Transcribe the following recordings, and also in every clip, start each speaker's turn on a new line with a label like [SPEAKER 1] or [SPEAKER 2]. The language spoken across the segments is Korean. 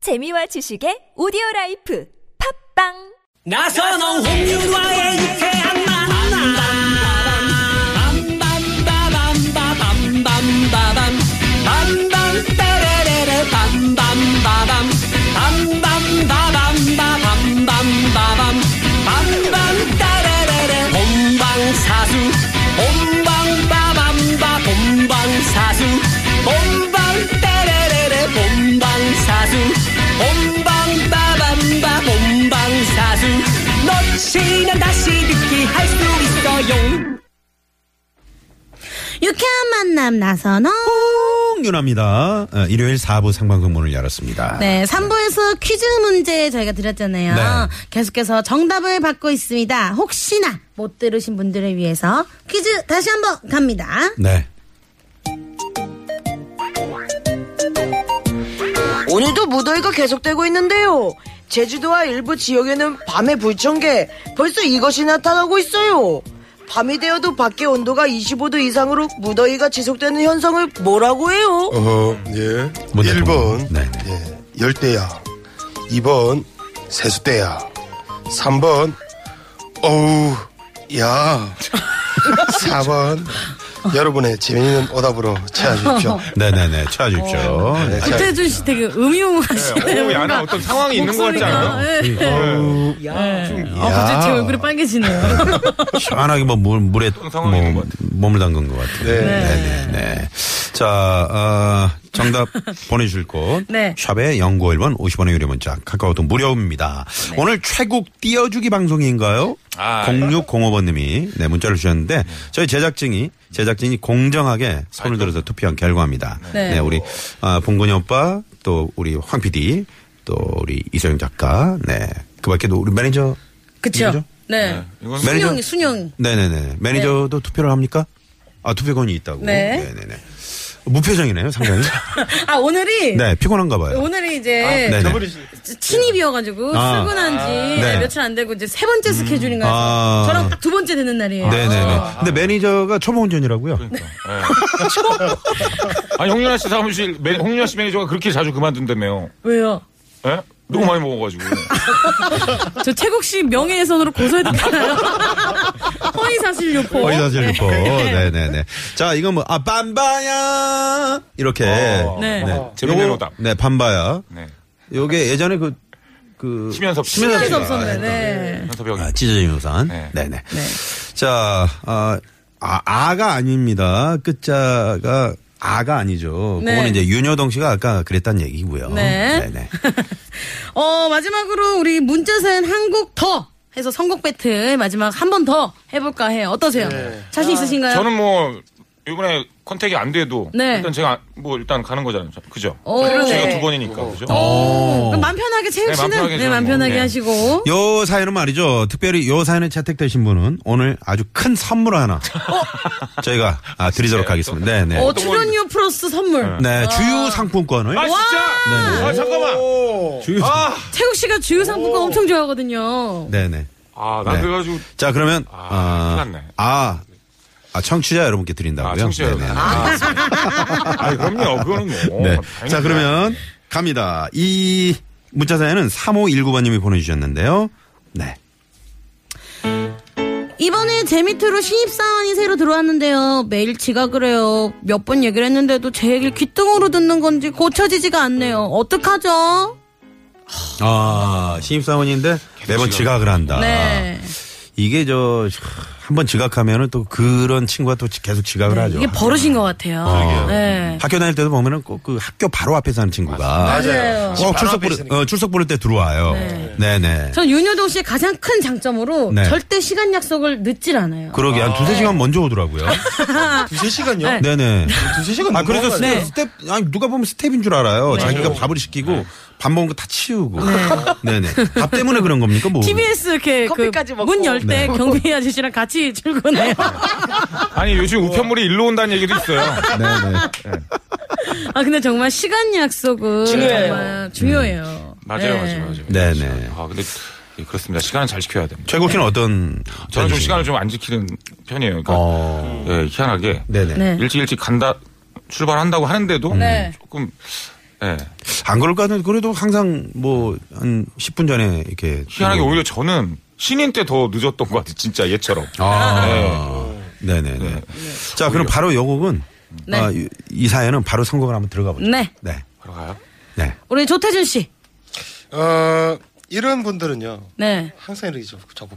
[SPEAKER 1] 재미와 지식의 오디오 라이프 팝빵
[SPEAKER 2] 나선홍 홍윤화의 유쾌한 만남 빰빰빠밤빠밤빰빰빠밤 빰빰빠라라라 빰빰빠밤 빰빰빠밤빠밤빰빰빠밤 빰빰따라라라 본방사수 본방빠밤빠 본방사수 본방따라라라 본방사수 본방빠밤빠 본방사수 놓치면 다시 듣기 할 수 있어요
[SPEAKER 3] 유쾌한 만남 나선홍.
[SPEAKER 4] 윤합니다. 어, 일요일 4부 상반금 문을 열었습니다.
[SPEAKER 3] 네, 3부에서 퀴즈 문제 저희가 드렸잖아요.
[SPEAKER 4] 네.
[SPEAKER 3] 계속해서 정답을 받고 있습니다. 혹시나 못 들으신 분들을 위해서 퀴즈 다시 한번 갑니다.
[SPEAKER 4] 네.
[SPEAKER 5] 오늘도 무더위가 계속되고 있는데요. 제주도와 일부 지역에는 밤의 불청객 벌써 이것이 나타나고 있어요. 밤이 되어도 밖의 온도가 25도 이상으로 무더위가 지속되는 현상을 뭐라고 해요?
[SPEAKER 6] 어허, 예.
[SPEAKER 4] 문제
[SPEAKER 6] 1번,
[SPEAKER 4] 네.
[SPEAKER 6] 예, 열대야. 2번, 세수대야. 3번, 어우, 야. 4번, 여러분의 재미있는 오답으로 찾아주십시오.
[SPEAKER 4] 네네네. 찾아주십시오. 네.
[SPEAKER 3] 태준 씨 되게 음흉하시네요. 그러니까. 네.
[SPEAKER 7] 오, 야, 나 어떤 상황이 있는 것 같지 않아요?
[SPEAKER 4] 네.
[SPEAKER 3] 어, 갑자기 제 얼굴이 빨개지네요.
[SPEAKER 4] 시원하게 뭐 물, 물에
[SPEAKER 7] 상황이 있는
[SPEAKER 4] 뭐, 몸을 담근 것 같아요.
[SPEAKER 6] 네.
[SPEAKER 4] 네네네. 자, 어, 정답 보내주실 곳.
[SPEAKER 3] 네.
[SPEAKER 4] 샵의 0951번 50원의 유료 문자. 카카오톡 무료입니다.
[SPEAKER 3] 네.
[SPEAKER 4] 오늘 최국 띄워주기 방송인가요?
[SPEAKER 7] 아,
[SPEAKER 4] 0605번님이 네, 문자를 주셨는데 저희 제작진이 제작진이 공정하게 손을 들어서 투표한 결과입니다.
[SPEAKER 3] 네.
[SPEAKER 4] 네, 우리 아, 봉근이 오빠 또 우리 황 PD 또 우리 이소영 작가 네 그밖에도 우리 매니저
[SPEAKER 3] 그쵸?
[SPEAKER 4] 매니저?
[SPEAKER 3] 네.
[SPEAKER 7] 이건
[SPEAKER 3] 순영이,
[SPEAKER 4] 매니저?
[SPEAKER 3] 순영이.
[SPEAKER 4] 네네네 매니저도 투표를 합니까? 아 투표권이 있다고.
[SPEAKER 3] 네.
[SPEAKER 4] 네네 무표정이네요 상당히.
[SPEAKER 3] 아, 오늘이.
[SPEAKER 4] 네 피곤한가 봐요. 아,
[SPEAKER 3] 오늘이 이제
[SPEAKER 4] 네네.
[SPEAKER 3] 친입이어가지고
[SPEAKER 4] 아.
[SPEAKER 3] 출근한 지
[SPEAKER 4] 네.
[SPEAKER 3] 며칠 안 되고 이제 세 번째 스케줄인가 해서
[SPEAKER 4] 아.
[SPEAKER 3] 저랑 딱 두 번째 되는 날이에요.
[SPEAKER 4] 네네네.
[SPEAKER 7] 아.
[SPEAKER 4] 근데 매니저가 초보 운전이라고요.
[SPEAKER 7] 네. 그렇죠. 아니 홍윤아 씨 사무실 매- 홍윤아 씨 매니저가 그렇게 자주 그만둔다며요.
[SPEAKER 3] 왜요?
[SPEAKER 7] 예? 너무 많이 먹어가지고.
[SPEAKER 3] 저 최국 씨 명예훼손으로 고소해도 되나요? 허위사실 유포.
[SPEAKER 4] 거의 다슬리고 어, 네네네. 자, 이건 뭐, 아, 빰바야! 이렇게.
[SPEAKER 7] 어.
[SPEAKER 3] 네.
[SPEAKER 7] 재밌는
[SPEAKER 4] 요거-
[SPEAKER 7] 오답.
[SPEAKER 4] 네, 빰바야.
[SPEAKER 7] 네.
[SPEAKER 4] 요게 예전에 그, 그.
[SPEAKER 7] 심연섭 씨.
[SPEAKER 4] 심연섭
[SPEAKER 3] 할수
[SPEAKER 4] 씨가
[SPEAKER 3] 없었네.
[SPEAKER 4] 했던
[SPEAKER 3] 네.
[SPEAKER 7] 현섭이 형이.
[SPEAKER 4] 아, 찢어진 우산.
[SPEAKER 7] 네.
[SPEAKER 4] 네네. 자, 아, 아, 아가 아닙니다. 끝자가 아가 아니죠.
[SPEAKER 3] 네.
[SPEAKER 4] 그거는 이제 윤여동 씨가 아까 그랬단 얘기고요.
[SPEAKER 3] 네.
[SPEAKER 4] 네
[SPEAKER 3] 어, 마지막으로 우리 문자사연 한 곡 더 해서 선곡 배틀 마지막 한 번 더 해볼까 해요. 어떠세요?
[SPEAKER 7] 네.
[SPEAKER 3] 자신 있으신가요?
[SPEAKER 7] 저는 뭐 이번에 컨택이 안 돼도
[SPEAKER 3] 네.
[SPEAKER 7] 일단 제가 뭐 일단 가는 거잖아요. 저- 그죠?
[SPEAKER 3] 오.
[SPEAKER 7] 제가
[SPEAKER 3] 그러네.
[SPEAKER 7] 두 번이니까 그죠?
[SPEAKER 3] 뭐 음, 그럼 맘 편하게
[SPEAKER 7] 네,
[SPEAKER 3] 채우
[SPEAKER 7] 맘
[SPEAKER 3] 씨는
[SPEAKER 7] 편하게
[SPEAKER 3] 네,
[SPEAKER 7] 저는
[SPEAKER 3] 맘
[SPEAKER 7] 뭐,
[SPEAKER 3] 편하게
[SPEAKER 7] 네.
[SPEAKER 3] 하시고.
[SPEAKER 4] 요 사연은 말이죠. 특별히 요 사연에 채택되신 분은 오늘 아주 큰 선물 하나 저희가 아, 드리도록 하겠습니다. 네네.
[SPEAKER 3] 어, 출연료 플러스 선물.
[SPEAKER 4] 네, 주유 상품권을.
[SPEAKER 7] 아 진짜?
[SPEAKER 4] 네네.
[SPEAKER 7] 아 잠깐만.
[SPEAKER 4] 주유
[SPEAKER 7] 아,
[SPEAKER 3] 태국 씨가 주유 상품권 엄청 좋아하거든요.
[SPEAKER 4] 네네.
[SPEAKER 7] 아나
[SPEAKER 4] 네.
[SPEAKER 7] 그래가지고
[SPEAKER 4] 자, 그러면,
[SPEAKER 7] 아,
[SPEAKER 4] 아,
[SPEAKER 7] 큰일 났네.
[SPEAKER 4] 아, 아, 청취자 여러분께 드린다고요?
[SPEAKER 7] 아 청취자 여러분.
[SPEAKER 4] 네네.
[SPEAKER 7] 아 그럼요. 그거는 뭐.
[SPEAKER 4] 네.
[SPEAKER 7] 당연히
[SPEAKER 4] 자, 그러면 갑니다. 이 문자 사연은 3519번님이 보내주셨는데요. 네.
[SPEAKER 3] 이번에 제 밑으로 신입사원이 새로 들어왔는데요. 매일 지각을 해요. 몇 번 얘기를 했는데도 제 얘기를 귀뚱으로 듣는 건지 고쳐지지가 않네요. 어떡하죠?
[SPEAKER 4] 아, 신입사원인데 매번 지각을 한다.
[SPEAKER 3] 네.
[SPEAKER 4] 이게 저, 한번 지각하면은 또 그런 친구가 또 계속 지각을
[SPEAKER 7] 아,
[SPEAKER 4] 하죠.
[SPEAKER 3] 네, 이게 버릇인 것 같아요. 네.
[SPEAKER 4] 학교 다닐 때도 보면은 꼭 그 학교 바로 앞에서 하는 친구가
[SPEAKER 3] 맞아요.
[SPEAKER 4] 꼭 출석 부를 어, 출석 부를 때 들어와요. 네, 네.
[SPEAKER 3] 전 윤효동 씨의 가장 큰 장점으로
[SPEAKER 4] 네.
[SPEAKER 3] 절대 시간 약속을 늦질 않아요.
[SPEAKER 4] 그러게 한 두세 시간 먼저 오더라고요.
[SPEAKER 8] 두세 시간요?
[SPEAKER 4] 네네.
[SPEAKER 8] 두세 시간
[SPEAKER 4] 아 그래서
[SPEAKER 8] 넘어간 거 아니에요?
[SPEAKER 4] 스텝, 스텝 아니 누가 보면 스텝인 줄
[SPEAKER 7] 네.
[SPEAKER 4] 알아요. 자기가 밥을 시키고 밥 먹은 거 다 치우고. 네. 네밥 때문에 그런 겁니까? 뭐.
[SPEAKER 3] TBS 이렇게 그
[SPEAKER 5] 커피까지 먹고.
[SPEAKER 3] 문 열 때
[SPEAKER 7] 네.
[SPEAKER 3] 경비 아저씨랑 같이 출근해요.
[SPEAKER 7] 아니 요즘 우편물이 일로 온다는 얘기도 있어요.
[SPEAKER 4] 네네.
[SPEAKER 3] 아 근데 정말 시간 약속은
[SPEAKER 5] 중요해요.
[SPEAKER 3] 정말 중요해요.
[SPEAKER 7] 음. 맞아요,
[SPEAKER 3] 네.
[SPEAKER 7] 맞아요, 맞아요.
[SPEAKER 4] 네네.
[SPEAKER 7] 아 근데 예, 그렇습니다. 시간을 잘 지켜야 됩니다.
[SPEAKER 4] 최고 씨는 어떤?
[SPEAKER 7] 저는 좀
[SPEAKER 4] 편이신가요?
[SPEAKER 7] 시간을 좀 안 지키는 편이에요. 그러니까
[SPEAKER 4] 네, 어.
[SPEAKER 7] 예, 희한하게
[SPEAKER 4] 네네. 음.
[SPEAKER 3] 네.
[SPEAKER 7] 일찍 일찍 간다 출발한다고 하는데도
[SPEAKER 3] 네.
[SPEAKER 7] 조금 예.
[SPEAKER 4] 안 그럴 것 같은데 그래도 항상 뭐 한 10분 전에 이렇게
[SPEAKER 7] 희한하게 오히려 저는 신인 때 더 늦었던 것 같아요. 진짜 얘처럼.
[SPEAKER 4] 아. 네. 네네자 그럼 바로 요 곡은
[SPEAKER 3] 네.
[SPEAKER 4] 아, 이- 이 사연은 바로 선곡을 한번 들어가 보죠.
[SPEAKER 3] 네.
[SPEAKER 4] 네.
[SPEAKER 7] 바로 가요?
[SPEAKER 4] 네.
[SPEAKER 3] 우리 조태준 씨.
[SPEAKER 6] 어, 이런 분들은요.
[SPEAKER 3] 네.
[SPEAKER 6] 항상 이렇게 저- 자꾸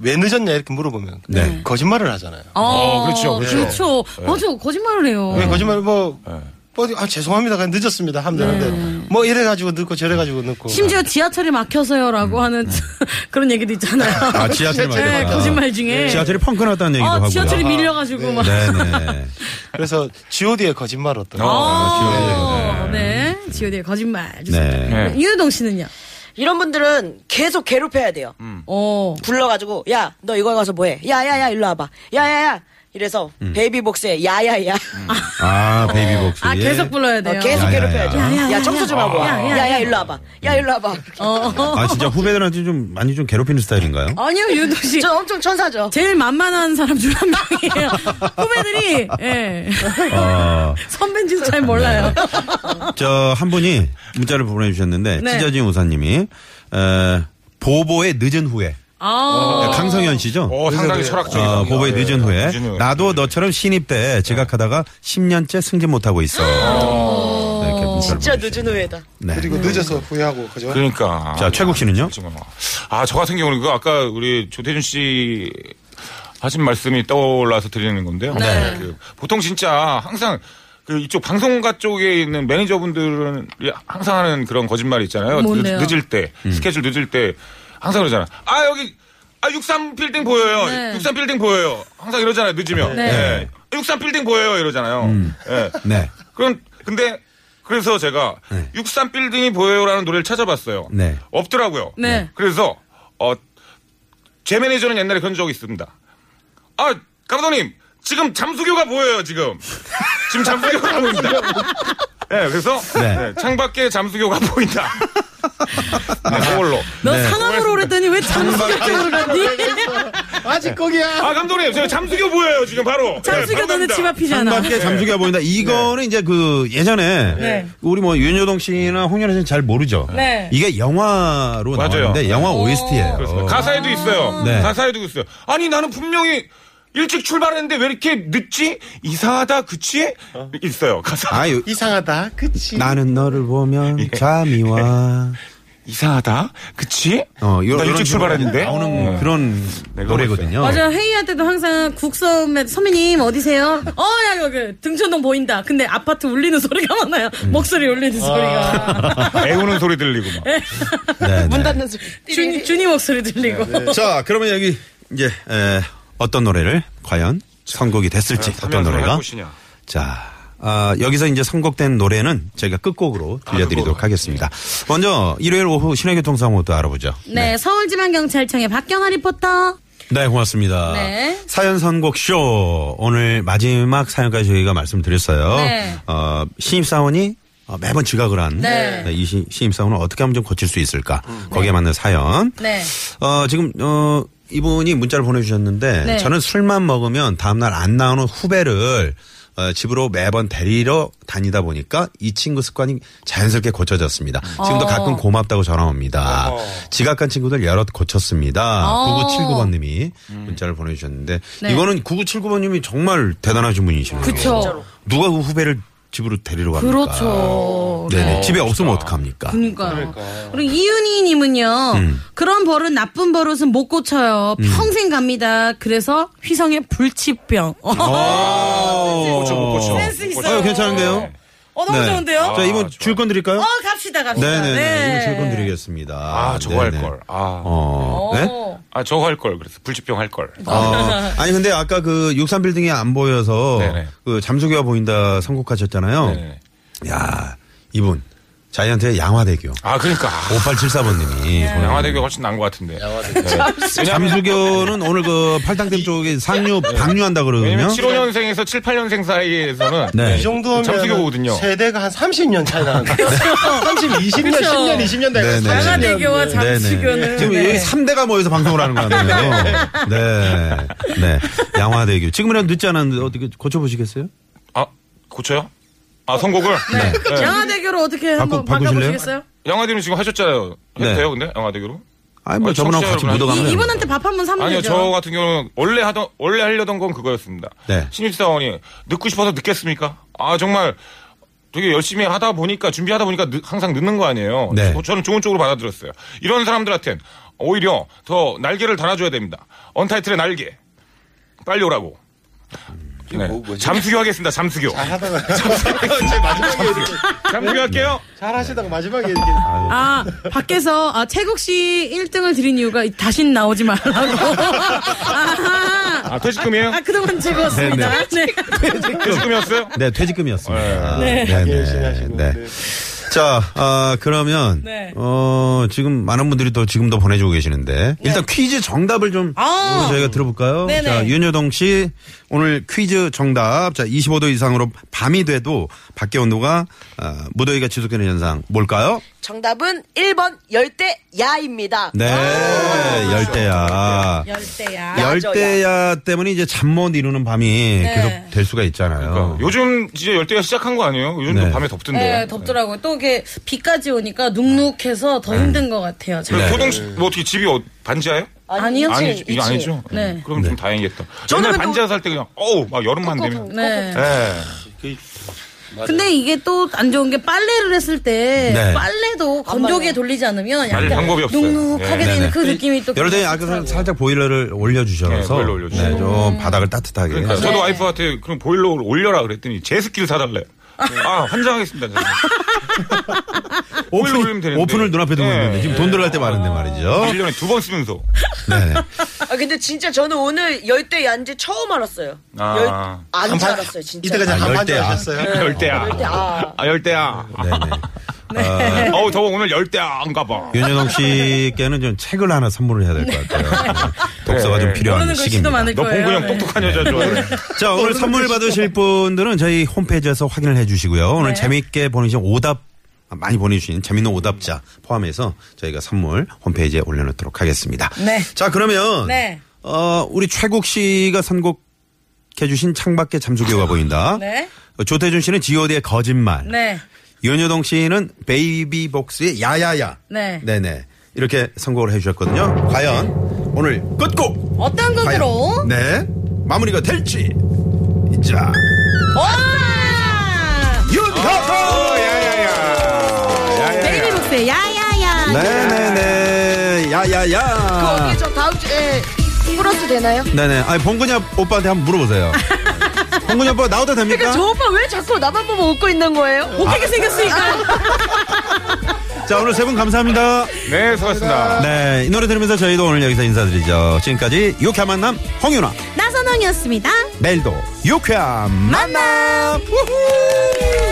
[SPEAKER 6] 왜 늦었냐 이렇게 물어보면
[SPEAKER 4] 네.
[SPEAKER 6] 거짓말을 하잖아요.
[SPEAKER 3] 어,
[SPEAKER 7] 그렇죠, 그렇죠.
[SPEAKER 3] 그렇죠. 맞아, 거짓말을 해요.
[SPEAKER 4] 음.
[SPEAKER 6] 왜 거짓말 뭐
[SPEAKER 4] 네.
[SPEAKER 7] 예.
[SPEAKER 6] 어디 아 죄송합니다. 그냥 늦었습니다. 하면 되는데 뭐 이래 가지고 늦고 저래 가지고 늦고
[SPEAKER 3] 네. 심지어 지하철이 막혀서요라고 하는 그런 얘기도 있잖아요.
[SPEAKER 4] 아 지하철
[SPEAKER 3] 네,
[SPEAKER 4] 말이다.
[SPEAKER 3] 거짓말 중에.
[SPEAKER 4] 지하철이 펑크 났다는 얘기도
[SPEAKER 3] 아,
[SPEAKER 4] 하고.
[SPEAKER 3] 지하철이 밀려가지고 막.
[SPEAKER 4] 네네.
[SPEAKER 6] 그래서 G.O.D의 의 거짓말 어떤 거?
[SPEAKER 3] 아, 네. 지오디의 거짓말.
[SPEAKER 4] 네.
[SPEAKER 7] 네.
[SPEAKER 3] 유효동 씨는요?
[SPEAKER 5] 이런 분들은 계속 괴롭혀야 돼요.
[SPEAKER 3] 어.
[SPEAKER 5] 불러가지고 야 너 이거 가서 뭐해? 야야야 일로 와봐. 야야야 이래서 베이비복스에 야야야
[SPEAKER 4] 아 베이비복스.
[SPEAKER 3] 아, 계속 불러야 돼요.
[SPEAKER 5] 어, 계속
[SPEAKER 4] 야야야.
[SPEAKER 5] 괴롭혀야죠.
[SPEAKER 3] 야야야.
[SPEAKER 5] 야 청소 좀 하고 와. 야야 일로 와봐. 야 일로 와봐.
[SPEAKER 3] 어.
[SPEAKER 4] 아 진짜 후배들한테 좀 많이 좀 괴롭히는 스타일인가요?
[SPEAKER 3] 아니요, 유효동 씨.
[SPEAKER 5] 저 엄청 천사죠.
[SPEAKER 3] 제일 만만한 사람 중 한 명이에요. 후배들이, 예.
[SPEAKER 4] 어.
[SPEAKER 3] 선배인지도 잘 몰라요.
[SPEAKER 4] 저 한 분이 문자를 보내주셨는데
[SPEAKER 3] 네.
[SPEAKER 4] 찢어진 우사님이 에, 보보의 늦은 후에
[SPEAKER 3] 아,
[SPEAKER 4] 강성현 씨죠?
[SPEAKER 7] 어, 상당히 철학적이다. 네,
[SPEAKER 4] 어, 보보의 늦은 네. 후에 나도 너처럼 신입 때 지각하다가 10년째 승진 못하고 있어. 네, 이렇게 문자를
[SPEAKER 5] 진짜
[SPEAKER 4] 보내주셨-
[SPEAKER 5] 늦은 후에다.
[SPEAKER 4] 네.
[SPEAKER 6] 그리고 늦어서 후회하고 그죠?
[SPEAKER 7] 그러니까.
[SPEAKER 4] 자, 최국 씨는요?
[SPEAKER 7] 아, 저 같은 경우는 그 아까 우리 조태준 씨 하신 말씀이 떠올라서 드리는 건데요.
[SPEAKER 3] 네.
[SPEAKER 7] 그 보통 진짜 항상 그 이쪽 방송가 쪽에 있는 매니저분들은 항상 하는 그런 거짓말이 있잖아요.
[SPEAKER 3] 뭔데요?
[SPEAKER 7] 늦- 늦을 때, 스케줄 늦을 때 항상 그러잖아. 아, 여기 아, 63빌딩 보여요.
[SPEAKER 3] 네.
[SPEAKER 7] 63빌딩 보여요. 항상 이러잖아요. 늦으면.
[SPEAKER 3] 네.
[SPEAKER 7] 네. 63빌딩 보여요. 이러잖아요. 예.
[SPEAKER 4] 네.
[SPEAKER 7] 그럼 근데 그래서 제가
[SPEAKER 4] 네.
[SPEAKER 7] 63 빌딩이 보여요라는 노래를 찾아봤어요.
[SPEAKER 4] 네.
[SPEAKER 7] 없더라고요.
[SPEAKER 3] 네.
[SPEAKER 7] 그래서 어 제 매니저는 옛날에 그런 적이 있습니다. 아 감독님 지금 잠수교가 보여요 지금 지금 잠수교가 보인다. 네, 그래서
[SPEAKER 4] 네.
[SPEAKER 7] 네, 창밖에 잠수교가 보인다. 네, 그걸로.
[SPEAKER 3] 너 상암으로 오랬더니 왜 장수교로 오랬니?
[SPEAKER 6] 아직 거기야.
[SPEAKER 7] 아 감독님 저 잠수교 보여요 지금 바로.
[SPEAKER 3] 장수교 너네 집 앞이잖아.
[SPEAKER 4] 밖에 잠수기가
[SPEAKER 7] 네.
[SPEAKER 4] 보인다. 이거는 이제 그 예전에
[SPEAKER 3] 네.
[SPEAKER 4] 우리 뭐 윤여동 씨나 홍연아 씨는 잘 모르죠.
[SPEAKER 3] 네.
[SPEAKER 4] 이게 영화로
[SPEAKER 7] 맞아요. 네.
[SPEAKER 4] 나왔는데 영화 OST예요.
[SPEAKER 7] 그렇습니다. 가사에도 있어요.
[SPEAKER 4] 네.
[SPEAKER 7] 가사에도 있어요. 아니 나는 분명히 일찍 출발했는데 왜 이렇게 늦지? 이상하다, 그치? 있어요. 가사.
[SPEAKER 4] 아, 요-
[SPEAKER 6] 이상하다. 그치?
[SPEAKER 4] 나는 너를 보면
[SPEAKER 7] 예.
[SPEAKER 4] 잠이 와.
[SPEAKER 7] 이상하다, 그치?
[SPEAKER 4] 어, 요-
[SPEAKER 7] 나
[SPEAKER 4] 요런 식으로
[SPEAKER 7] 일찍 출발했는데. 음. 네.
[SPEAKER 4] 나오는 그런
[SPEAKER 7] 내가
[SPEAKER 4] 노래거든요.
[SPEAKER 3] 맞아 회의할 때도 항상 국선배 선배님 어디세요? 어야 여기 등촌동 보인다. 근데 아파트 울리는 소리가 많아요.
[SPEAKER 4] 음.
[SPEAKER 3] 목소리 울리는 소리가
[SPEAKER 7] 애우는 소리 들리고 막.
[SPEAKER 4] 네, 네.
[SPEAKER 3] 준 준이 목소리 들리고. 네,
[SPEAKER 4] 자, 그러면 여기 이제 에, 어떤 노래를 과연 선곡이 됐을지 어떤
[SPEAKER 7] 하면서 할
[SPEAKER 4] 노래가
[SPEAKER 7] 것이냐.
[SPEAKER 4] 자. 아, 여기서 이제 선곡된 노래는 저희가 끝곡으로 들려드리도록 하겠습니다. 먼저 일요일 오후 시내교통상황부터 알아보죠.
[SPEAKER 3] 네 서울지방경찰청의 박경아 리포터.
[SPEAKER 4] 네, 고맙습니다.
[SPEAKER 3] 네.
[SPEAKER 4] 사연 선곡 쇼 오늘 마지막 사연까지 저희가 말씀드렸어요.
[SPEAKER 3] 네.
[SPEAKER 4] 어, 신입 사원이 어, 매번 지각을 한
[SPEAKER 3] 네.
[SPEAKER 4] 이 시- 신입 사원을 어떻게 하면 좀 고칠 수 있을까? 거기에 맞는 사연.
[SPEAKER 3] 네.
[SPEAKER 4] 어, 지금 어 이분이 문자를 보내주셨는데
[SPEAKER 3] 네.
[SPEAKER 4] 저는 술만 먹으면 다음날 안 나오는 후배를 어, 집으로 매번 데리러 다니다 보니까 이 친구 습관이 자연스럽게 고쳐졌습니다.
[SPEAKER 3] 음.
[SPEAKER 4] 지금도
[SPEAKER 3] 어.
[SPEAKER 4] 가끔 고맙다고 전화 옵니다.
[SPEAKER 7] 어.
[SPEAKER 4] 지각한 친구들 여럿 고쳤습니다.
[SPEAKER 3] 어.
[SPEAKER 4] 9979번님이
[SPEAKER 7] 음.
[SPEAKER 4] 문자를 보내주셨는데
[SPEAKER 3] 네.
[SPEAKER 4] 이거는 9979번님이 정말 대단하신 분이시네요.
[SPEAKER 3] 그쵸.
[SPEAKER 4] 누가 그 후배를 집으로 데리러 갑니까?
[SPEAKER 3] 그렇죠.
[SPEAKER 4] 네네. 집에 없으면 어떡합니까?
[SPEAKER 3] 그러니까요. 그리고 이윤희님은요.
[SPEAKER 4] 음.
[SPEAKER 3] 그런 버릇 나쁜 버릇은 못 고쳐요. 평생 갑니다. 그래서 휘성의 불치병.
[SPEAKER 4] 어. 오.
[SPEAKER 7] 고쳐, 어, 못 고쳐.
[SPEAKER 3] 어, 센스
[SPEAKER 7] 못
[SPEAKER 3] 있어요.
[SPEAKER 7] 고쳐.
[SPEAKER 4] 아유, 괜찮은데요?
[SPEAKER 3] 어 너무
[SPEAKER 4] 네.
[SPEAKER 3] 좋은데요.
[SPEAKER 4] 자, 이분
[SPEAKER 7] 아,
[SPEAKER 4] 줄 건 드릴까요?
[SPEAKER 3] 어 갑시다 갑시다.
[SPEAKER 4] 네네.
[SPEAKER 3] 네.
[SPEAKER 4] 이분 줄 건 드리겠습니다.
[SPEAKER 7] 아, 저거
[SPEAKER 4] 네네.
[SPEAKER 7] 할 걸. 아.
[SPEAKER 4] 어. 네?
[SPEAKER 3] 어.
[SPEAKER 7] 아, 저거 할 걸. 그래서 불치병 할 걸.
[SPEAKER 4] 어, 아니 근데 아까 그 63빌딩이 안 보여서
[SPEAKER 7] 네네.
[SPEAKER 4] 그 잠수교가 보인다 선곡하셨잖아요.
[SPEAKER 7] 네네.
[SPEAKER 4] 야, 이분 자이언트의 양화대교
[SPEAKER 7] 아, 그러니까.
[SPEAKER 4] 5874번 님이
[SPEAKER 3] 네.
[SPEAKER 7] 양화대교 훨씬 나은 것 같은데. 네.
[SPEAKER 4] 잠수교는 오늘 그 팔당댐 쪽에 상류 방류한다 그러거든요.
[SPEAKER 7] 네. 왜냐면 75년생에서 7, 8년생 사이에서는
[SPEAKER 4] 네.
[SPEAKER 6] 이 정도면
[SPEAKER 7] 잠수교거든요.
[SPEAKER 6] 세대가 한 30년 차이 나는데 30, 20년,
[SPEAKER 3] 그쵸.
[SPEAKER 6] 10년, 20년
[SPEAKER 4] 네,
[SPEAKER 6] 되고
[SPEAKER 4] 네.
[SPEAKER 3] 양화대교와
[SPEAKER 4] 네네.
[SPEAKER 3] 잠수교는.
[SPEAKER 4] 지금
[SPEAKER 3] 네.
[SPEAKER 4] 여기 3대가 모여서 방송을 하는 거 같네요. 네. 네. 양화대교. 지금이라도 늦지 않았는데 어떻게 고쳐보시겠어요?
[SPEAKER 7] 아, 고쳐요? 아 선곡을
[SPEAKER 4] 네.
[SPEAKER 8] 영화 대교로 어떻게
[SPEAKER 4] 바꾸-
[SPEAKER 8] 한번
[SPEAKER 4] 바꾸실래요?
[SPEAKER 8] 바꿔보시겠어요?
[SPEAKER 7] 영화 대로 지금 하셨잖아요.
[SPEAKER 4] 네.
[SPEAKER 7] 해도 돼요 근데 영화 대교로?
[SPEAKER 4] 아니 뭐
[SPEAKER 7] 아,
[SPEAKER 4] 저분하고
[SPEAKER 7] 청취자
[SPEAKER 4] 같이
[SPEAKER 7] 여러분,
[SPEAKER 4] 묻어가면
[SPEAKER 3] 이,
[SPEAKER 4] 됩니다.
[SPEAKER 3] 분한테 밥 한 번 사면
[SPEAKER 7] 아니요
[SPEAKER 3] 되죠.
[SPEAKER 7] 저 같은 경우는 원래 하던 원래 하려던 건 그거였습니다.
[SPEAKER 4] 네.
[SPEAKER 7] 신입사원이 늦고 싶어서 늦겠습니까? 아 정말 되게 열심히 하다 보니까 준비하다 보니까 늦- 항상 늦는 거 아니에요.
[SPEAKER 4] 네.
[SPEAKER 7] 저- 저는 좋은 쪽으로 받아들였어요. 이런 사람들한텐 오히려 더 날개를 달아줘야 됩니다. 언타이틀의 날개 빨리 오라고. 네. 잠수교 하겠습니다. 잠수교. 잠수교 할게요.
[SPEAKER 6] 잘하시다가 마지막에 이렇게
[SPEAKER 3] 아, 밖에서, 아, 최국 씨 1등을 드린 이유가 이- 다신 나오지 말라고. 아하.
[SPEAKER 7] 아 퇴직금이에요?
[SPEAKER 3] 아, 그동안 즐거웠습니다. 네.
[SPEAKER 7] 퇴직금이었어요?
[SPEAKER 4] 네, 퇴직금이었습니다.
[SPEAKER 3] 네.
[SPEAKER 4] 네,
[SPEAKER 6] 열심히 하시고.
[SPEAKER 4] 네.
[SPEAKER 6] 네.
[SPEAKER 4] 자, 아, 그러면
[SPEAKER 3] 네.
[SPEAKER 4] 어, 지금 많은 분들이 또 지금도 보내주고 계시는데 일단 퀴즈 정답을 좀
[SPEAKER 3] 아.
[SPEAKER 4] 어, 저희가 들어볼까요?
[SPEAKER 3] 네네.
[SPEAKER 4] 자, 윤여동 씨 오늘 퀴즈 정답. 자, 25도 이상으로 밤이 돼도 밖의 온도가 아, 무더위가 지속되는 현상 뭘까요?
[SPEAKER 5] 정답은 1번 열대 야입니다.
[SPEAKER 4] 네,
[SPEAKER 7] 아, 그렇죠,
[SPEAKER 4] 열대야.
[SPEAKER 3] 열대야.
[SPEAKER 4] 열대야 때문에 이제 잠 못 이루는 밤이 계속 될 수가 있잖아요.
[SPEAKER 7] 네. 그러니까 요즘 이제 열대가 시작한 거 아니에요? 요즘도
[SPEAKER 4] 어. 네.
[SPEAKER 7] 밤에 덥던데.
[SPEAKER 3] 네, 덥더라고요. 또 이게 비까지 오니까 눅눅해서 더 힘든 것 같아요.
[SPEAKER 7] 그
[SPEAKER 3] 저.
[SPEAKER 4] 네.
[SPEAKER 7] 소동 씨, 뭐 어떻게 집이 어- 반지하예요?
[SPEAKER 3] 아니요.
[SPEAKER 7] 아니,
[SPEAKER 5] 이층,
[SPEAKER 7] 이거 아니죠?
[SPEAKER 3] 네.
[SPEAKER 7] 그럼 좀 다행이겠다.
[SPEAKER 5] 저는
[SPEAKER 7] 옛날
[SPEAKER 5] 그래도-
[SPEAKER 7] 반지하 살때 그냥 어우 막 여름만 되면.
[SPEAKER 3] 네.
[SPEAKER 7] 예.
[SPEAKER 3] 근데 이게 또 안 좋은 게 빨래를 했을 때
[SPEAKER 4] 네.
[SPEAKER 3] 빨래도 건조기에 돌리지 않으면
[SPEAKER 7] 빨리
[SPEAKER 3] 약간
[SPEAKER 7] 방법이 없어요.
[SPEAKER 3] 눅눅하게
[SPEAKER 7] 네,
[SPEAKER 3] 되는
[SPEAKER 4] 네네.
[SPEAKER 3] 그 느낌이 또
[SPEAKER 4] 여러 대
[SPEAKER 3] 굉장히
[SPEAKER 4] 아까
[SPEAKER 3] 좋더라고요.
[SPEAKER 4] 살짝 보일러를 올려주셔서
[SPEAKER 7] 네, 보일러 올려주시고.
[SPEAKER 4] 네, 좀 바닥을 따뜻하게.
[SPEAKER 7] 그러니까 저도 와이프한테 그럼 보일러 올려라 그랬더니 제습기를 사달래. 아 환장하겠습니다. 저는. 보일러 올리면 되는데.
[SPEAKER 4] 오픈을 눈앞에 두고
[SPEAKER 7] 네. 아,
[SPEAKER 4] 있는데 지금 돈 들어갈 때 많은데 말이죠.
[SPEAKER 7] 1년에 두 번 쓰면서.
[SPEAKER 4] 네.
[SPEAKER 5] 아 근데 진짜 저는 오늘 열대 야인지 처음 알았어요.
[SPEAKER 7] 아. 네.
[SPEAKER 5] 열, 아닌 줄 알았어요 진짜.
[SPEAKER 6] 이때까지
[SPEAKER 4] 아,
[SPEAKER 6] 한
[SPEAKER 4] 열대야.
[SPEAKER 6] 반절 하셨어요?
[SPEAKER 7] 열대야.
[SPEAKER 5] 아.
[SPEAKER 7] 아 열대야.
[SPEAKER 4] 네네. 네. 어,
[SPEAKER 7] 어우 더워 오늘 열대야 안 가봐.
[SPEAKER 4] 윤여동 씨께는 좀 책을 하나 선물을 해야 될 것 같아요. 네. 독서가 좀
[SPEAKER 7] 네.
[SPEAKER 4] 필요한
[SPEAKER 3] 모르는 글씨도
[SPEAKER 4] 시기입니다.
[SPEAKER 3] 많을
[SPEAKER 7] 너
[SPEAKER 3] 거예요.
[SPEAKER 7] 봉구 형
[SPEAKER 3] 네.
[SPEAKER 7] 똑똑한 여자 좋아해.
[SPEAKER 3] 뭐
[SPEAKER 4] 자, 오늘 선물 받으실 분들은 저희 홈페이지에서 확인을 해 주시고요.
[SPEAKER 3] 네.
[SPEAKER 4] 오늘 재미있게 보내주신 오답, 많이 보내주신 재밌는 오답자 포함해서 저희가 선물 홈페이지에 올려놓도록 하겠습니다.
[SPEAKER 3] 네.
[SPEAKER 4] 자, 그러면,
[SPEAKER 3] 네.
[SPEAKER 4] 어, 우리 최국 씨가 선곡해 주신 창밖에 잠수교가 보인다.
[SPEAKER 3] 네.
[SPEAKER 4] 어, 조태준 씨는 GOD의 거짓말.
[SPEAKER 3] 네.
[SPEAKER 4] 윤여동 씨는 베이비복스의 야야야.
[SPEAKER 3] 네.
[SPEAKER 4] 네네. 이렇게 선곡을 해 주셨거든요. 과연 오늘 끝곡!
[SPEAKER 3] 어떤
[SPEAKER 4] 과연
[SPEAKER 3] 곡으로?
[SPEAKER 4] 네. 마무리가 될지. 자.
[SPEAKER 3] 와!
[SPEAKER 7] 예.
[SPEAKER 3] 베이비 복스의
[SPEAKER 4] 네,
[SPEAKER 3] 야야야.
[SPEAKER 7] 네.
[SPEAKER 4] 네네네. 야야야.
[SPEAKER 5] 언니 저 다음 주에 플러스 되나요?
[SPEAKER 4] 네네. 아니, 봉근이 오빠한테 한번 물어보세요. 봉근이 오빠 나와도 됩니까?
[SPEAKER 5] 그러니까 저 오빠 왜 자꾸 나만 보면 웃고 있는 거예요?
[SPEAKER 3] 어떻게
[SPEAKER 7] 아.
[SPEAKER 3] 생겼으니까.
[SPEAKER 4] 자, 오늘 세 분 감사합니다.
[SPEAKER 7] 네 수고하셨습니다.
[SPEAKER 4] 네. 이 노래 들으면서 저희도 오늘 여기서 인사드리죠. 지금까지 유쾌한 만남 홍윤아.
[SPEAKER 3] 나선홍이었습니다.
[SPEAKER 4] 내일도 유쾌한 만남. 우후.